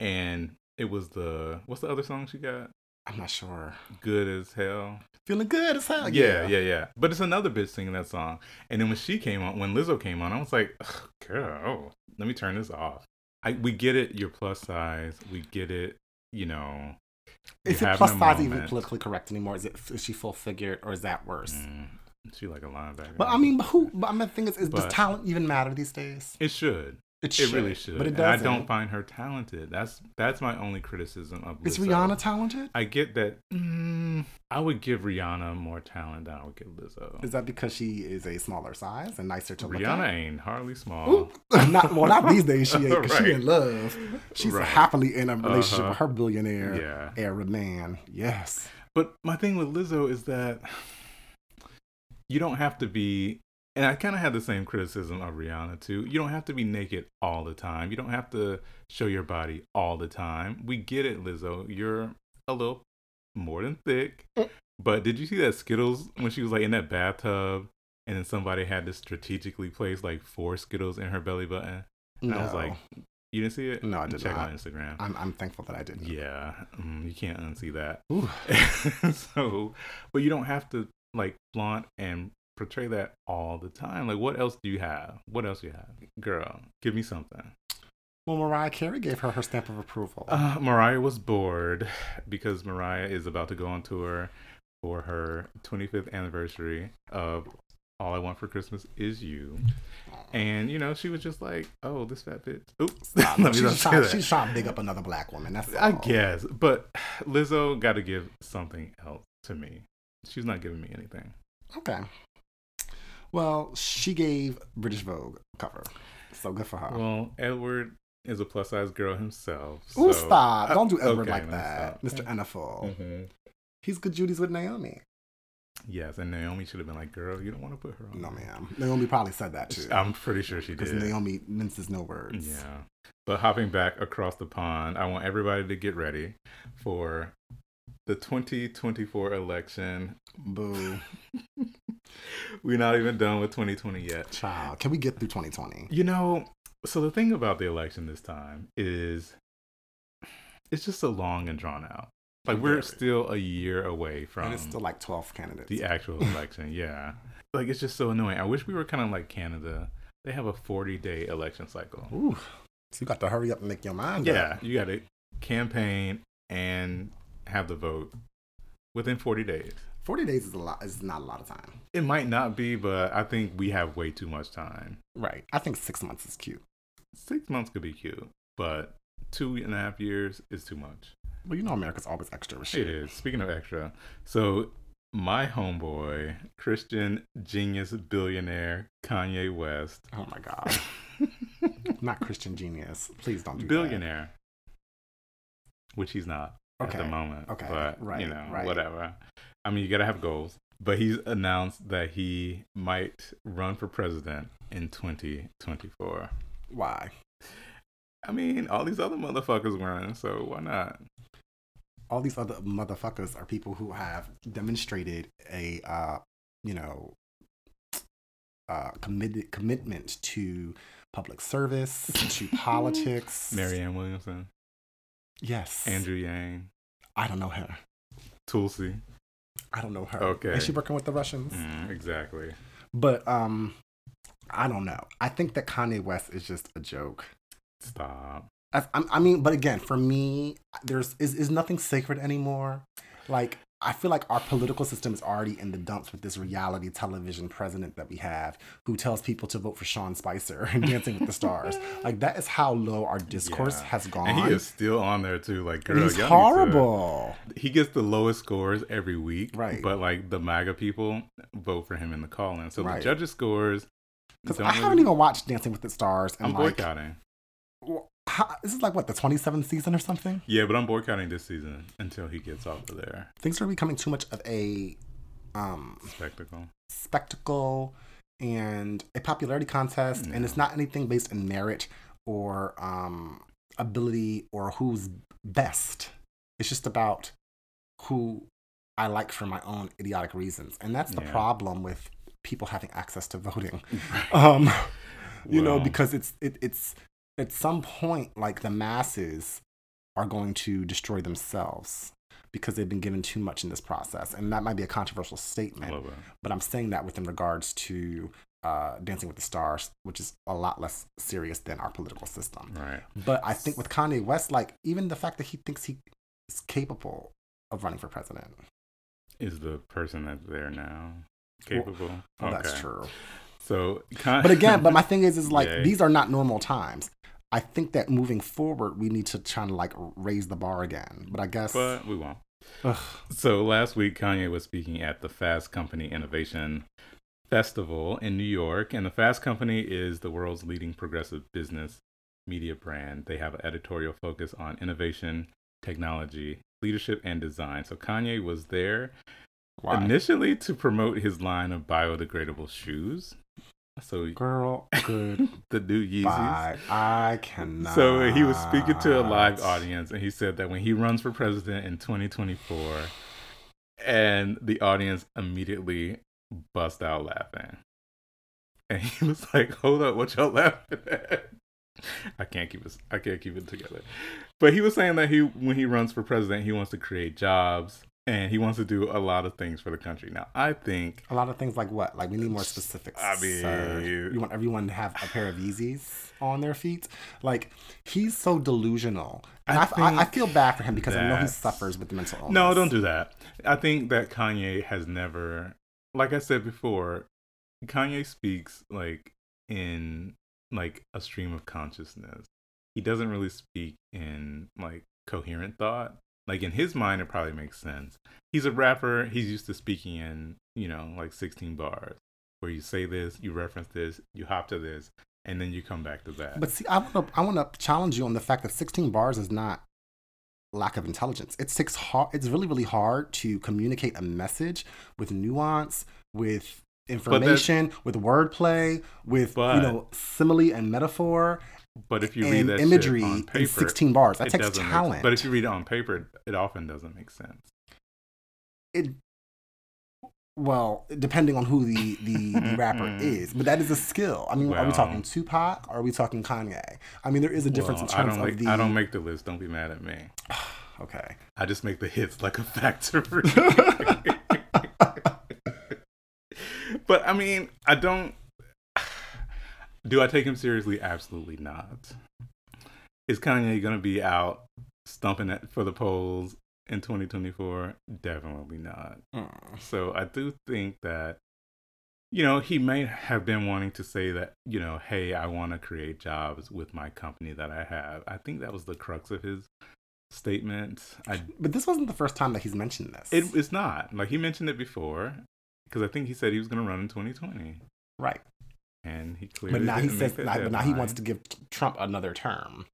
and it was the what's the other song she got?
I'm not sure.
Good as hell.
Feeling good as hell.
yeah, yeah, yeah. But it's another bitch singing that song. And then when she came on, when Lizzo came on, I was like, "Ugh, girl, let me turn this off. I, we get it, you're plus size. We get it, you know,
Is
You're
it
having
plus
a
size even
moment.
politically correct anymore? Is it is she full figured or is that worse?
Mm, she like a linebacker.
But I mean, but who? But I mean, the thing is, is does
But-
talent even matter these days?
it should.
It,
It really should.
but it
And I
doesn't.
don't find her talented. That's that's my only criticism of.
Is
Lizzo.
Rihanna talented?
I get that. Mm, I would give Rihanna more talent than I would give Lizzo.
Is that because she is a smaller size and nicer to look
Rihanna
at?
ain't hardly small.
Ooh. not well, not these days. She ain't. 'cause She
Right.
in love. She's
Right.
happily in a relationship
Uh-huh.
with her billionaire
Yeah.
Arab man. Yes.
But my thing with Lizzo is that you don't have to be, and I kind of had the same criticism of Rihanna too. You don't have to be naked all the time. You don't have to show your body all the time. We get it, Lizzo. You're a little more than thick.
Mm.
But did you see that Skittles when she was like in that bathtub? And then somebody had to strategically place like four Skittles in her belly button. And
No.
I was like, you didn't see it?
No, I did
Check
not.
out Instagram.
I'm, I'm thankful that I didn't.
Yeah, mm, you can't unsee that.
Ooh.
so, but you don't have to like flaunt and portray that all the time. Like, what else do you have? What else do you have, girl? Give me something.
Well, Mariah Carey gave her her stamp of approval.
Uh, Mariah was bored because Mariah is about to go on tour for her 25th anniversary of All I Want for Christmas Is You, and you know she was just like, "Oh, this fat bitch." Oops,
Nah,
let me
she's,
not
just
say
trying,
that.
she's trying to big up another black woman. That's
I
all.
guess, but Lizzo got to give something else to me. She's not giving me anything.
Okay. Well, she gave British Vogue a cover, so good for her.
Well, Edward is a plus size girl himself.
Ooh,
so-
stop! Don't do
Uh,
Edward
okay,
like
no,
that, Mr.
stop.
Enniful.
Mhm.
He's good Judy's with Naomi.
Yes, and Naomi should have been like, "Girl, you don't want to put her on."
No, ma'am. Naomi probably said that too,
I'm pretty sure she
because
did.
Naomi minces no words.
Yeah. But hopping back across the pond, I want everybody to get ready for the 2024 election.
Boo,
We're not even done with 2020 yet.
child. Can we get through 2020?
You know, so the thing about the election this time is it's just so long and drawn out. Like we're
Very.
still a year away from
And it's still like 12 candidates.
the actual election. Yeah. Like it's just so annoying. I wish we were kind of like Canada. They have a 40-day election cycle.
Ooh. So you got to hurry up and make your mind up.
Yeah, you got to campaign and have the vote within 40 days.
40 days is a lot. Is not a lot of time.
It might not be, but I think we have way too much time.
Right. I think six months is cute.
Six months could be cute, but two and a half years is too much.
Well, you know America's always extra with
It
shit.
is. Speaking of extra, so my homeboy, Christian genius billionaire Kanye West,
Oh my god. not Christian genius. Please don't do
billionaire, which he's not at
Okay,
the moment.
okay,
but
right,
you know,
right.
whatever. I mean, you gotta have goals. But he's announced that he might run for president in 2024.
that. Why?
I mean, all these other motherfuckers run, so why not?
All these other motherfuckers are people who have demonstrated a, uh, you know, uh, committed commitment to public service, to politics.
Marianne Williamson,
Yes.
Andrew Yang,
I don't know her.
Tulsi.
I don't know her.
Okay.
Is she working with the Russians?
Mm, exactly.
But um, I don't know. I think that Kanye West is just a joke.
Stop.
I, I, I mean, but again, for me, there's is, is nothing sacred anymore. Like I feel like our political system is already in the dumps with this reality television president that we have, who tells people to vote for Sean Spicer and Dancing with the Stars. Like that is how low our discourse
Yeah.
has gone.
And he is still on there too. Like,
And
girl,
he's
y'all need to-
horrible.
he gets the lowest scores every week.
Right.
But like the MAGA people vote for him in the call in. So
Right.
the judges' scores.
Because
don't
I haven't
really-
even watched Dancing with the Stars. And
I'm
like,
boycotting.
wh- how, this is like what the 27th season or something.
Yeah, but I'm boycotting this season until he gets off of there.
Things are becoming too much of a um,
Spectacle.
spectacle and a popularity contest and it's not anything based in merit or um ability or who's best it's just about who i like for my own idiotic reasons and that's the
Yeah.
problem with people having access to voting um you know
Well,
because it's it, it's at some point like the masses are going to destroy themselves because they've been given too much in this process and that might be a controversial
I
statement
love it.
but I'm saying that within regards to uh, Dancing with the Stars, which is a lot less serious than our political system.
Right.
But I think with Kanye West, like even the fact that he thinks he is capable of running for president.
Is the person that's there now capable?
Well, That's
Okay.
true.
So, kind
But again, but my thing is, is like
Yeah.
these are not normal times. I think that moving forward, we need to try to like raise the bar again. But I guess
but we won't.
ugh,
So last week, Kanye was speaking at the Fast Company Innovation Festival in New York, and the Fast Company is the world's leading progressive business media brand. They have an editorial focus on innovation, technology, leadership, and design. So Kanye was there
why?
initially to promote his line of biodegradable shoes. So
girl, good.
the new Yeezys.
Bye. I cannot.
So he was speaking to a live audience, and he said that when he runs for president in 2024, and the audience immediately bust out laughing, and he was like, "Hold up, what y'all laughing at?" I can't keep it. I can't keep it together. But he was saying that he, when he runs for president, he wants to create jobs and he wants to do a lot of things for the country. Now, I think
A lot of things like what? Like we need more specifics.
I mean-
sir. you want everyone to have a pair of Yeezys on their feet. Like he's so delusional, and
I
I, f- I- I
think
feel bad for him because I know he
that's-
suffers with mental illness.
No, don't do that. I think that Kanye has never, like I said before, Kanye speaks like in like a stream of consciousness. He doesn't really speak in like coherent thought. Like in his mind, it probably makes sense. He's a rapper. He's used to speaking in you know like sixteen bars, where you say this, you reference this, you hop to this, and then you come back to that.
But see, I want to I want to challenge you on the fact that 16 bars is not lack of intelligence. It's six hard. It's really really hard to communicate a message with nuance, with information, with wordplay, with
But-
you know simile and metaphor
But if you read
and
that
imagery
shit on
in
paper,
16 bars. That
it
takes
doesn't make-
talent.
but if you read it on paper, it often doesn't make sense.
it well, depending on who the, the, the rapper is, but that is a skill. I mean, are we
Mm-hmm. Well.
talking Tupac? Or are we talking Kanye? I mean, there is a difference
Well,
in terms
I don't
of
make,
the.
I don't make the list. Don't be mad at me.
okay.
I just make the hits like a factory. but I mean, I don't. Do I take him seriously? Absolutely not. Is Kanye gonna be out stumping at, for the polls in 2024? Definitely not.
Mm.
So I do think that, you know, he may have been wanting to say that, you know, hey, I want to create jobs with my company that I have. I think that was the crux of his statement. I,
But this wasn't the first time that he's mentioned this.
it, it's not. Like, he mentioned it before because I think he said he was going to run in 2020.
right.
And he clearly
But now he
didn't make
says
that
now, but now he wants to
deadline.
give Trump another term.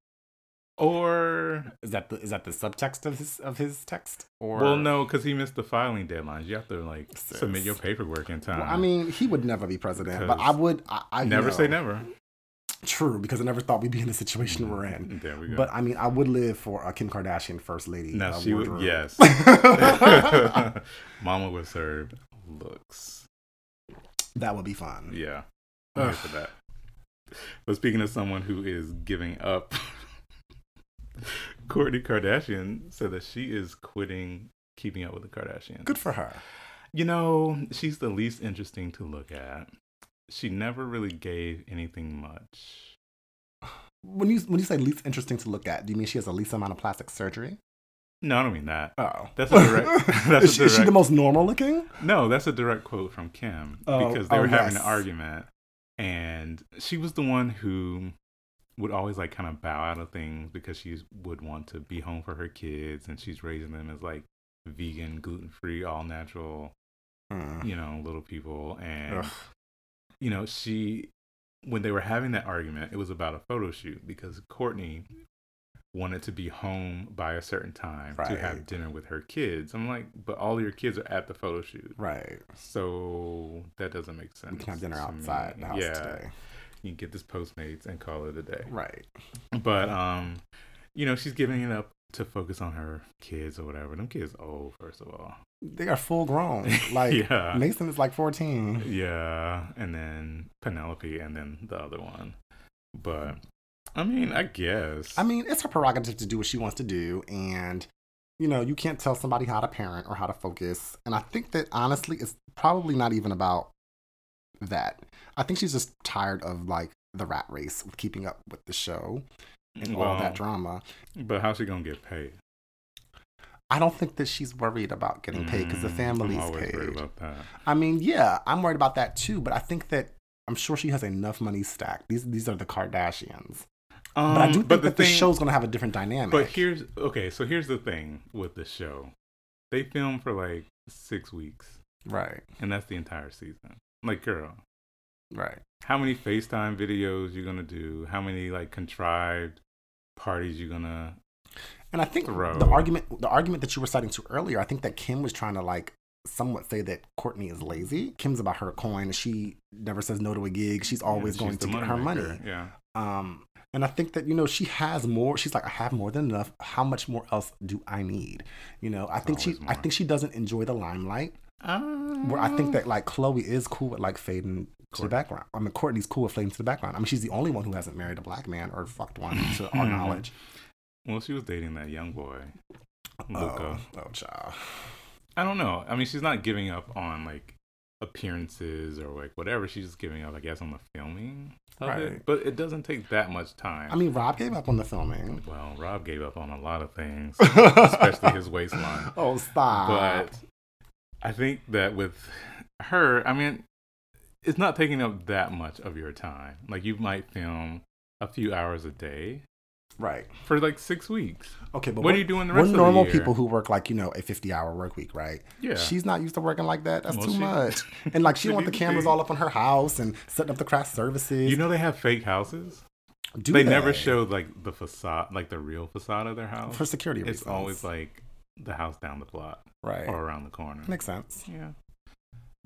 Or,
Is that the is that the subtext of his of his text? Or
well, no, because he missed the filing deadlines. You have to like
Sis.
submit your paperwork in time.
Well, I mean, he would never be president, but I
Because
would. I, I
never
no.
say never.
True, because I never thought we'd be in the situation we're in.
Mm-hmm. There we go.
But I mean, I would live for a Kim Kardashian first lady.
No,
uh,
she would.
wardrobe.
Yes, Mama would serve looks.
that would be fun.
Yeah, I'm here for that. But speaking of someone who is giving up, Courtney Kardashian said that she is quitting Keeping Up with the Kardashians.
Good for her.
You know, she's the least interesting to look at. She never really gave anything much.
When you when you say least interesting to look at, do you mean she has the least amount of plastic surgery?
No, I don't mean that.
Oh,
That's a direct- that's
is,
a
she, is she the
direct-
most normal looking?
No, that's a direct quote from Kim
Oh,
because they
oh,
were having
yes.
an argument, and she was the one who would always like kind of bow out of things because she would want to be home for her kids, and she's raising them as like vegan, gluten free, all natural,
Mm.
you know, little people, and
Ugh.
you know, she when they were having that argument, it was about a photo shoot because Courtney wanted to be home by a certain time to have
Right.
dinner with her kids. I'm like, but all your kids are at the photo shoot.
Right.
So that doesn't make sense.
We can have dinner
to
outside
me.
the house
yeah,
today.
you can get this Postmates and call it a day.
Right.
But um, you know, she's giving it up to focus on her kids or whatever. Them kids old, first of all.
They are full grown. Like
yeah,
Mason is like 14.
yeah, and then Penelope, and then the other one. But I mean, I guess.
I mean, it's her prerogative to do what she wants to do. And, you know, you can't tell somebody how to parent or how to focus. And I think that honestly, it's probably not even about that. I think she's just tired of like the rat race with keeping up with the show and all
well,
that drama.
But how's she gonna get paid?
I don't think that she's worried about getting paid because the
Mm,
family's
I'm always
paid.
worried about that.
I mean, yeah, I'm worried about that too, but I think that I'm sure she has enough money stacked. These these are the Kardashians.
Um,
but I do think that the
thing-
show's going to have a different dynamic.
But here's okay. So here's the thing with the show. They film for like six weeks,
right,
and that's the entire season. Like, girl,
right.
how many FaceTime videos you gonna do? How many like contrived parties you gonna?
And I think
Throw.
the argument the argument that you were citing to earlier, I think that Kim was trying to like somewhat say that Courtney is lazy. Kim's about her coin. She never says no to a gig. She's always
She's
going
the
to get her
moneymaker,
money.
Yeah.
Um, and I think that you know she has more. She's like, I have more than enough. How much more else do I need? You know, I think she,
always
I
more.
think she doesn't enjoy the limelight. Where I think that like Chloe is cool with like fading to the
Courtney.
background. I mean, Courtney's cool with fading to the background. I mean, she's the only one who hasn't married a black man or fucked one to our knowledge.
Um, Well, she was dating that young boy,
Oh,
Luca.
oh, child.
I don't know. I mean, she's not giving up on like appearances or like whatever. She's just giving up, I guess, on the filming of
Right.
it. But it doesn't take that much time.
I mean, Rob gave up on the filming,
well, Rob gave up on a lot of things, especially his waistline.
Oh, stop!
But I think that with her, I mean, it's not taking up that much of your time. Like you might film a few hours a day
right?
for like six weeks.
Okay, but
What do you do in the
we're
rest of the
normal
year?
people who work like you know a fifty-hour work week, right?
Yeah.
She's not used to working like that. That's
Well,
too
she-
much. And like she
she
don't want the
needs to
cameras
be.
all up on her house and setting up the craft services.
You know they have fake houses.
Do
they, never showed like the facade, like the real facade of their house.
for security reasons.
it's always like the house down the block
right.
or around the corner.
Makes sense.
Yeah,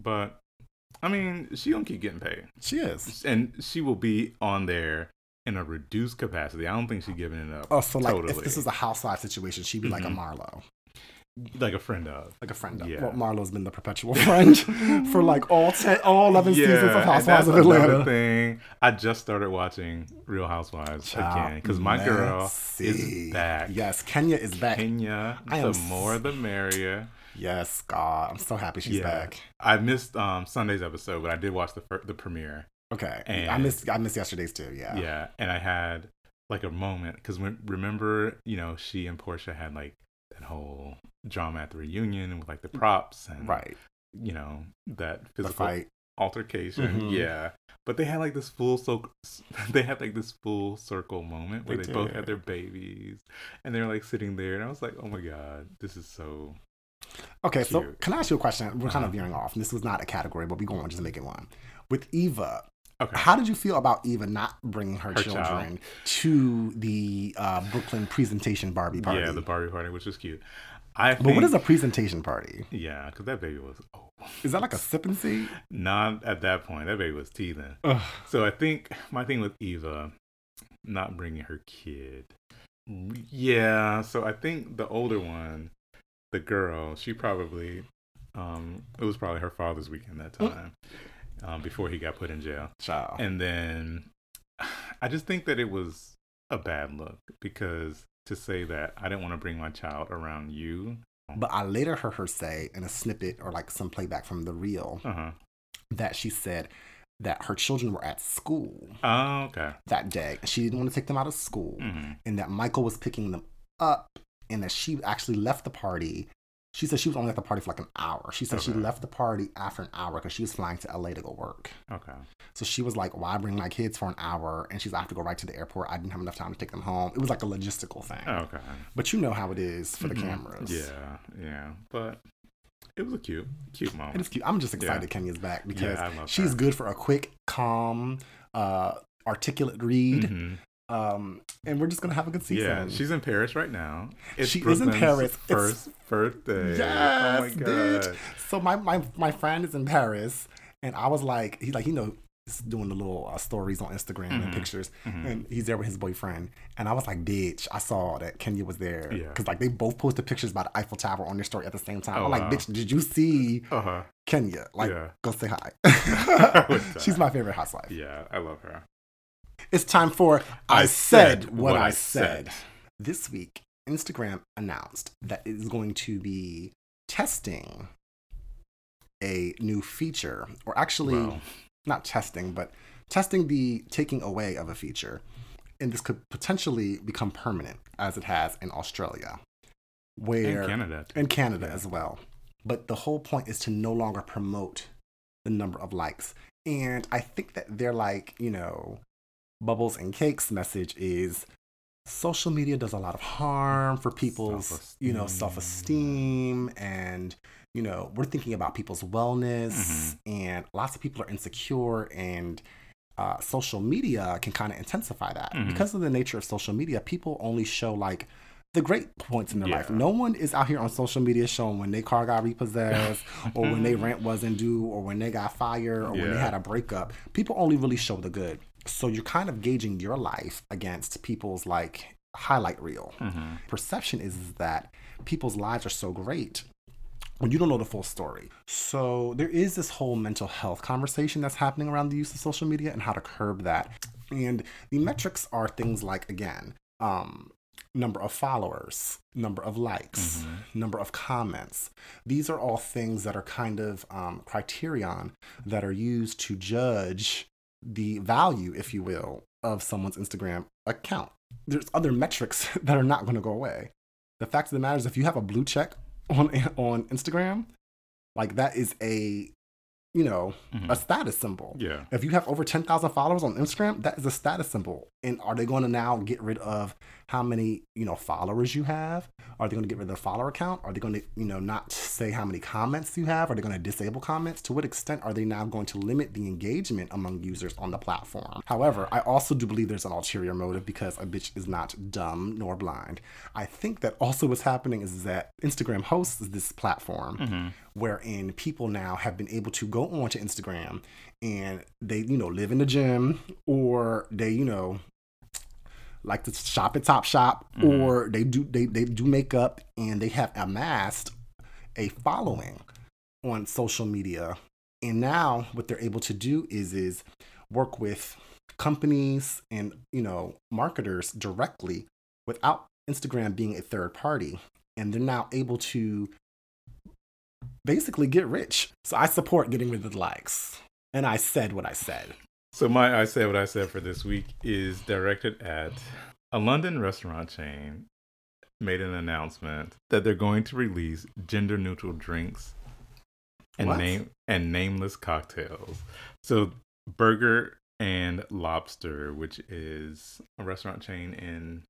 but I mean, she gonna keep getting paid,
She is.
and she will be on there in a reduced capacity. I don't think she's giving it up.
Oh, so like if
Totally.
this is a housewife situation, she'd be like
Mhm.
a Marlo,
like a friend of.
like a friend of.
Yeah.
Well, Marlo's been the perpetual friend for like all ten, all eleven seasons of
and
Housewives of
that's another
Atlanta.
Thing. I just started watching Real Housewives
Child,
again because my
let's
girl
see.
is back.
Yes, Kenya is back.
Kenya,
I am
the
s-
more the merrier.
Yes, God, I'm so happy she's
Yeah.
back.
I missed um, Sunday's episode, but I did watch the fir- the premiere.
Okay, I
And-
missed I missed yesterday's too. Yeah.
Yeah, and I had like a moment because remember, you know, she and Portia had like that whole drama at the reunion with like the props and
Mm, Right.
you know that
The
physical
fight.
altercation.
Mhm.
Yeah, but they had like this full so they had like this full circle moment where
They
they, both
did.
had their babies and they were like sitting there, and I was like, oh my god, this is so
Okay, so
Cute.
can I ask you a question? We're kind of
Uh-huh.
veering off. and This was not a category, but we're going to just make it one. With Eva,
okay.
how did you feel about Eva not bringing her,
Her
children
child.
to the uh, Brooklyn presentation Barbie party?
Yeah, the Barbie party, which was cute. I
but
think,
what is a presentation party?
yeah, because that baby was oh,
Is that like a sip and see?
not at that point. That baby was teething.
Ugh.
So I think my thing with Eva, not bringing her kid. Yeah, so I think the older one, the girl, she probably, um, it was probably her father's weekend that time, um, before he got put in jail.
Child.
And then I just think that it was a bad look because to say that I didn't want to bring my child around you.
but I later heard her say in a snippet or like some playback from the reel
Uh huh.
that she said that her children were at school
Oh, okay.
that day. She didn't want to take them out of school.
hmm
and that Michael was picking them up and that she actually left the party. She said she was only at the party for like an hour. She said she
Okay.
left the party after an hour because she was flying to LA to go work.
Okay.
So she was like, Why bring my kids for an hour? And she's like, I have to go right to the airport. I didn't have enough time to take them home. It was like a logistical thing.
Oh, Okay.
But you know how it is for the
Mhm.
cameras.
Yeah, yeah. But it was a cute, cute
It
moment.
is cute. I'm just excited
Yeah.
Kenya's back because
I love
she's
her.
good for a quick, calm, uh, articulate read.
Mhm.
Um, and we're just going to have a good season.
Yeah, she's in Paris right now. It's
She is in
Brooklyn's
Paris. It's-
First birthday.
Yes,
oh my god.
bitch. So my, my my friend is in Paris, and I was like, he's like, you know, he's doing the little uh, stories on Instagram and
Mhm.
pictures,
Mhm.
and he's there with his boyfriend, and I was like, bitch, I saw that Kenya was there,
Yeah.
because like they both posted pictures by the Eiffel Tower on their story at the same time.
Oh,
I'm like,
wow.
bitch, did you see
Uh-huh.
Kenya? Like,
Yeah.
go say hi.
would
She's
die.
my favorite housewife.
Yeah, I love her.
It's time for I, said, what, I said. This week, Instagram announced that it is going to be testing a new feature, or actually,
Wow.
not testing, but testing the taking away of a feature. And this could potentially become permanent, as it has in Australia. where
in Canada.
in Canada as well. But the whole point is to no longer promote the number of likes. And I think that they're like, you know, Bubbles and Cakes message is social media does a lot of harm for people's, you know,
Self-esteem.
self-esteem and you know, we're thinking about people's wellness and lots of people are insecure and uh, social media can kind of intensify that
Mhm.
because of the nature of social media people only show like the great points in their life
Yeah.
no one is out here on social media showing when their car got repossessed or oh, when their rent wasn't due or when they got fired or when they
Mm-hmm. Yeah.
had a breakup people only really show the good so you're kind of gauging your life against people's like highlight reel
Mhm.
perception is that people's lives are so great when you don't know the full story. So there is this whole mental health conversation that's happening around the use of social media and how to curb that. And the metrics are things like again, um, number of followers, number of likes, number of comments. These are all things that are kind of um, criterion that are used to judge the value, if you will, of someone's Instagram account. There's other metrics that are not going to go away. The fact of the matter is, if you have a blue check on on Instagram, like that is a, you know, a
Mhm.
status symbol.
Yeah.
If you have over 10,000 followers on Instagram, that is a status symbol. And are they going to now get rid of how many, you know, followers you have? Are they going to get rid of the follower count? Are they going to, you know, not say how many comments you have? Are they going to disable comments? To what extent are they now going to limit the engagement among users on the platform? However, I also do believe there's an ulterior motive because a bitch is not dumb nor blind. I think that also what's happening is that Instagram hosts this platform
Mhm.
wherein people now have been able to go onto Instagram and they, you know, live in the gym or they, you know, like to shop at Top Shop or they do they, they do makeup and they have amassed a following on social media. And now what they're able to do is is work with companies and you know marketers directly without Instagram being a third party. And they're now able to basically get rich. So I support getting rid of the likes. And I said what I said.
So my I said what I said for this week is directed at a London restaurant chain made an announcement that they're going to release gender neutral drinks and
What?
name and nameless cocktails. So Burger and Lobster, which is a restaurant chain in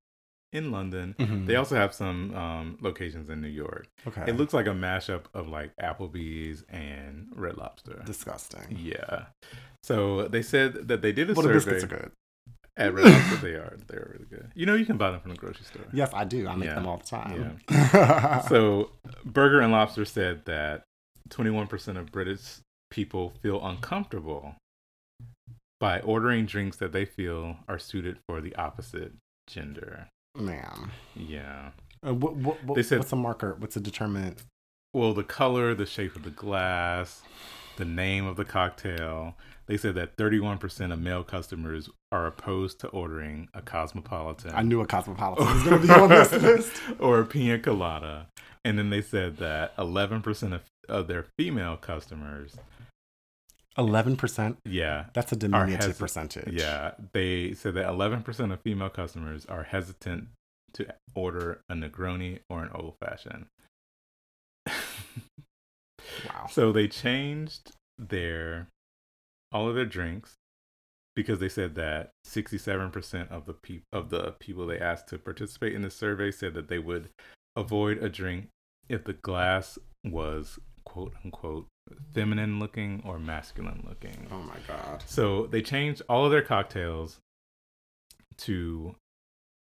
in
Mm-hmm.
London. They also have some um, locations in New York.
okay.
It looks like a mashup of like Applebee's and Red Lobster.
disgusting.
Yeah. So they said that they did a
Well, the biscuits are
survey
good.
at Red Lobster. they are. They're really good. You know, you can buy them from the grocery store.
Yes, I do. I make
Yeah.
them all the time. Yeah.
So Burger and Lobster said that 21% of British people feel uncomfortable by ordering drinks that they feel are suited for the opposite gender.
Ma'am.
Yeah.
Uh, what, what, what,
They said-
what's a marker? What's a determinant?
Well, the color, the shape of the glass, the name of the cocktail. They said that 31% of male customers are opposed to ordering a cosmopolitan.
I knew a cosmopolitan was going to be on this list.
or a pina colada. And then they said that 11% of, of their female customers,
11%.
yeah,
That's a diminutive
hesi-
percentage.
yeah, they said that 11% of female customers are hesitant to order a Negroni or an old fashioned.
Wow.
So they changed their all of their drinks because they said that 67% of the peop of the people they asked to participate in the survey said that they would avoid a drink if the glass was quote unquote feminine looking or masculine looking.
Oh my God.
So they changed all of their cocktails to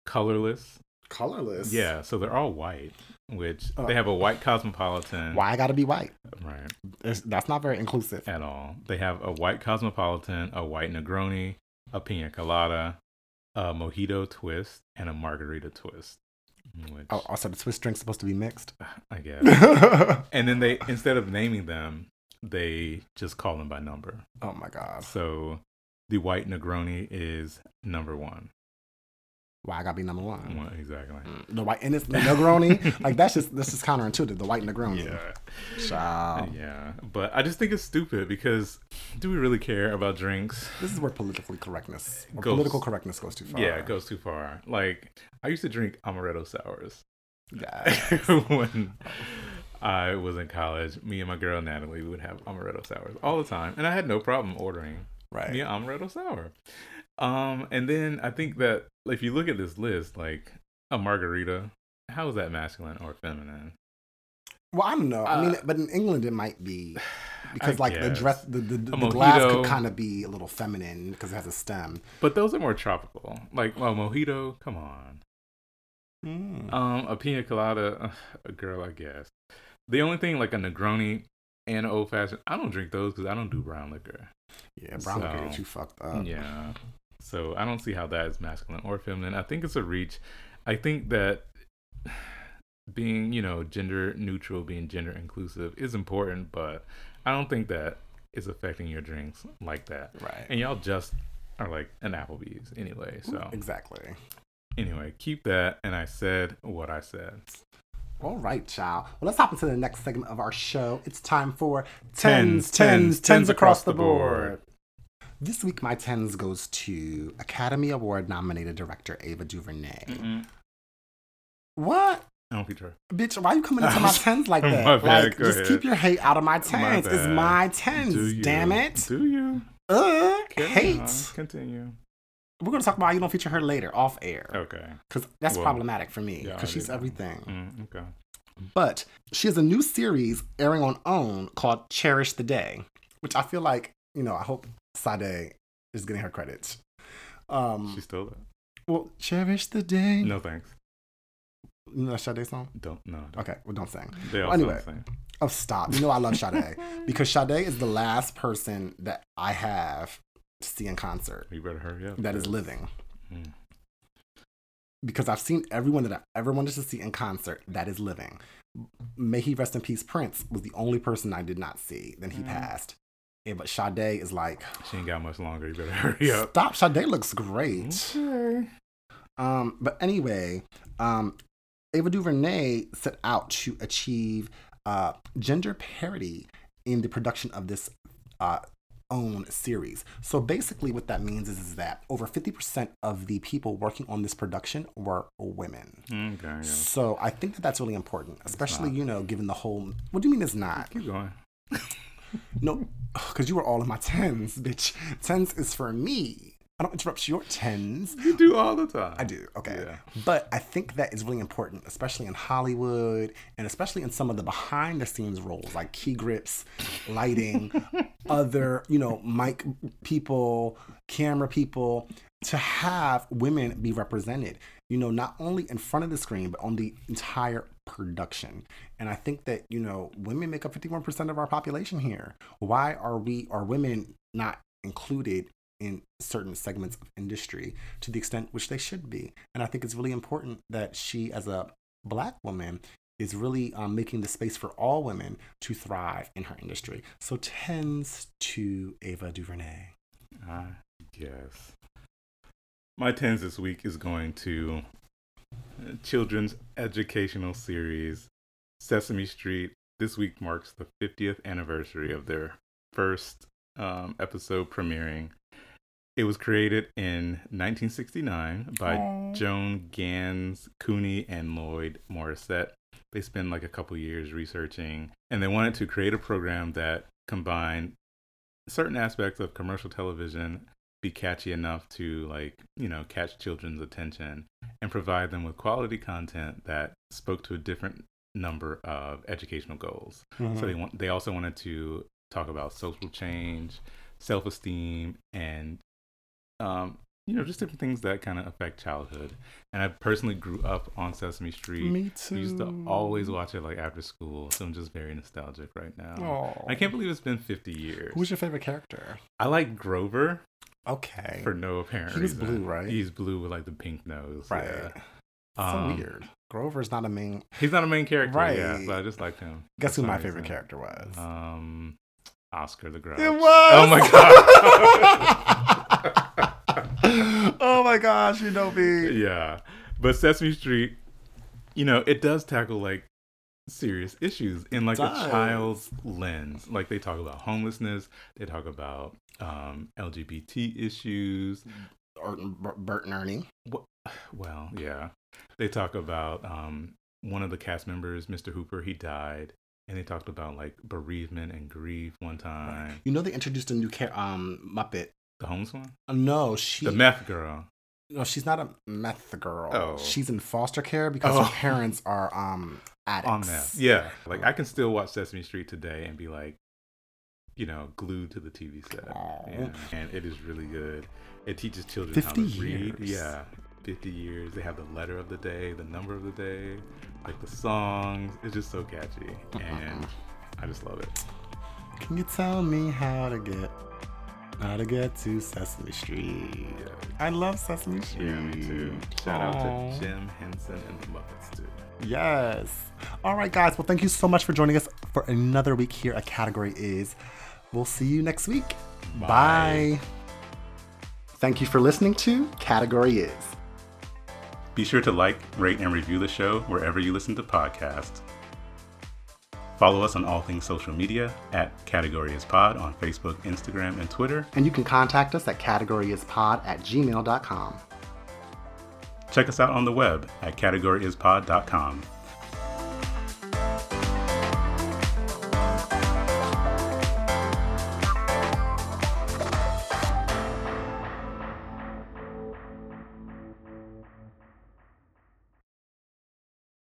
colorless.
Colorless.
Yeah, so they're all white, which
Uh,
they have a white cosmopolitan.
Why I got to be white?
Right.
It's, that's not very inclusive.
at all. They have a white cosmopolitan, a white Negroni, a pina colada, a mojito twist, and a margarita twist. Which
Oh, also, the Swiss drink's supposed to be mixed.
I guess. And then they instead of naming them, they just call them by number.
Oh my God.
So the white Negroni is number one.
Why I got to be number one? Mm,
Well, exactly.
The white and it's the Negroni. like that's just that's just counterintuitive. The white Negroni.
Yeah.
Child.
Yeah. But I just think it's stupid because do we really care about drinks?
This is where politically correctness or
Goes-
political correctness goes too far.
Yeah, it goes too far. Like I used to drink amaretto sours.
Guys.
when I was in college, me and my girl Natalie we would have amaretto sours all the time, and I had no problem ordering
Right.
me an amaretto sour. Um, and then I think that if you look at this list, like a margarita, how is that masculine or feminine?
Well, I don't know. I mean,
Uh,
but in England it might be because
I
like the
guess.
dress, the, the, the,
A
the glass
mojito.
could kind of be a little feminine because it has a stem.
But those are more tropical. Like well, mojito, come on. Um, a pina colada, a girl, I guess. The only thing like a Negroni and an old fashioned, I don't drink those because I don't do brown liquor.
yeah, brown liquor
so-
get you fucked up.
yeah. So I don't see how that is masculine or feminine. I think it's a reach. I think that being, you know, gender neutral, being gender inclusive is important, but I don't think that is affecting your drinks like that.
Right.
And y'all just are like an Applebee's anyway. So
Exactly.
anyway, keep that. And I said what I said.
All right, child. Well, let's hop into the next segment of our show. It's time for tens, tens,
Tens, tens, tens
tens
across
across the
the board.
board. This week, my tens goes to Academy Award nominated director Ava DuVernay.
Mm.
What?
I don't feature.
Bitch, why you coming into my tens like
My
that?
bad,
like,
go
just
ahead.
keep your hate out of my tens. it's
bad.
my tens, damn it.
Do you?
Ugh,
Carry
hate.
on. Continue.
We're gonna talk about how you don't feature her later off air
Okay.
because that's
Oh, Well,
problematic for me
yeah, I
because she's
do.
everything.
Mm, okay.
But she has a new series airing on OWN called Cherish the Day, which I feel like, you know, I hope Sade is getting her credits. Um,
She's still there.
well, Cherish the Day.
No thanks.
You know that Sade song?
Don't no. Don't.
Okay, well, don't sing.
They all
Anyway.
sound the
Oh, stop. You know I love Sade
same.
because Sade is the last person that I have to see in concert
you better hurry up.
that is living.
Mm.
Because I've seen everyone that I ever wanted to see in concert that is living. May he rest in peace. Prince was the only person I did not see. Then he
Mm.
passed. Yeah, but Sade is like,
She ain't got much longer. You better hurry up.
Stop, Sade looks great.
Hmm. Okay.
Um, but anyway, um, Ava DuVernay set out to achieve uh, gender parity in the production of this uh, own series. So basically, what that means is, is that over 50% of the people working on this production were women.
Okay. Yeah.
So I think that that's really important, especially,
not.
you know, given the whole. What do you mean it's not?
Keep going.
No, because you were all in my tens, bitch. Tens is for me. I don't interrupt your tens.
You do all the time.
I do. Okay.
Yeah.
But I think that is really important, especially in Hollywood and especially in some of the behind the scenes roles like key grips, lighting, other, you know, mic people, camera people, to have women be represented, you know, not only in front of the screen, but on the entire production. And I think that, you know, women make up 51% of our population here. Why are we, are women not included in certain segments of industry to the extent which they should be. And I think it's really important that she, as a black woman, is really um, making the space for all women to thrive in her industry. So tends to Ava DuVernay.
I guess. My tens this week is going to uh, children's educational series Sesame Street. This week marks the 50th anniversary of their first um, episode premiering. It was created in 1969 by
Aw.
Joan Gans, Cooney, and Lloyd Morissette. They spent like a couple years researching, and they wanted to create a program that combined certain aspects of commercial television be catchy enough to like you know catch children's attention and provide them with quality content that spoke to a different number of educational goals so
Mm-hmm.
they want they also wanted to talk about social change self-esteem and um you know just different things that kind of affect childhood and i personally grew up on sesame street
Mm-hmm. Me too.
I used to always watch it like after school so i'm just very nostalgic right now I can't believe it's been 50 years.
Who's your favorite character?
I like Grover
Okay.
for no apparent
He was
reason.
blue, right?
He's blue with like the pink nose.
right.
yeah.
so
Um,
weird. Grover's not a main.
He's not a main character, right? Yeah,
Right.
but I just liked him.
Guess
for
who
some
my favorite
reason.
character was?
Um, Oscar the Grouch.
It was.
Oh my
god. oh my gosh, you know me.
yeah, but Sesame Street, you know, it does tackle like serious issues in like a
does.
child's lens. Like they talk about homelessness, they talk about um, LGBT issues,
Or Bert and Ernie.
Well, yeah. They talk about um, one of the cast members, Mr. Hooper, he died, and they talked about like bereavement and grief one time.
You know they introduced a new char- um Muppet.
The Holmes one,
Uh, No, she
the meth girl.
no, she's not a meth girl.
Oh.
She's in foster care because
Oh.
her parents are um addicts.
on that. Yeah, like I can still watch Sesame Street today and be like, you know, glued to the TV set.
Aw.
Yeah. And it is really good. It teaches children how to
50
read.
years.
Yeah, fifty years. They have the letter of the day, the number of the day, like the songs. It's just so catchy, and I just love it.
Can you tell me how to get how to get to Sesame Street?
Yeah.
I love Sesame Street.
Yeah, me too. Shout out
Aw.
to Jim Henson and the Muppets too.
Yes. All right, guys. Well, thank you so much for joining us for another week here at Category Is. We'll see you next week.
Bye.
Bye. Thank you for listening to Category Is.
Be sure to like, rate, and review the show wherever you listen to podcasts. Follow us on all things social media at Category is Pod on Facebook, Instagram, and Twitter.
And you can contact us at categoryispod at gmail.com.
Check us out on the web at categoryispod.com.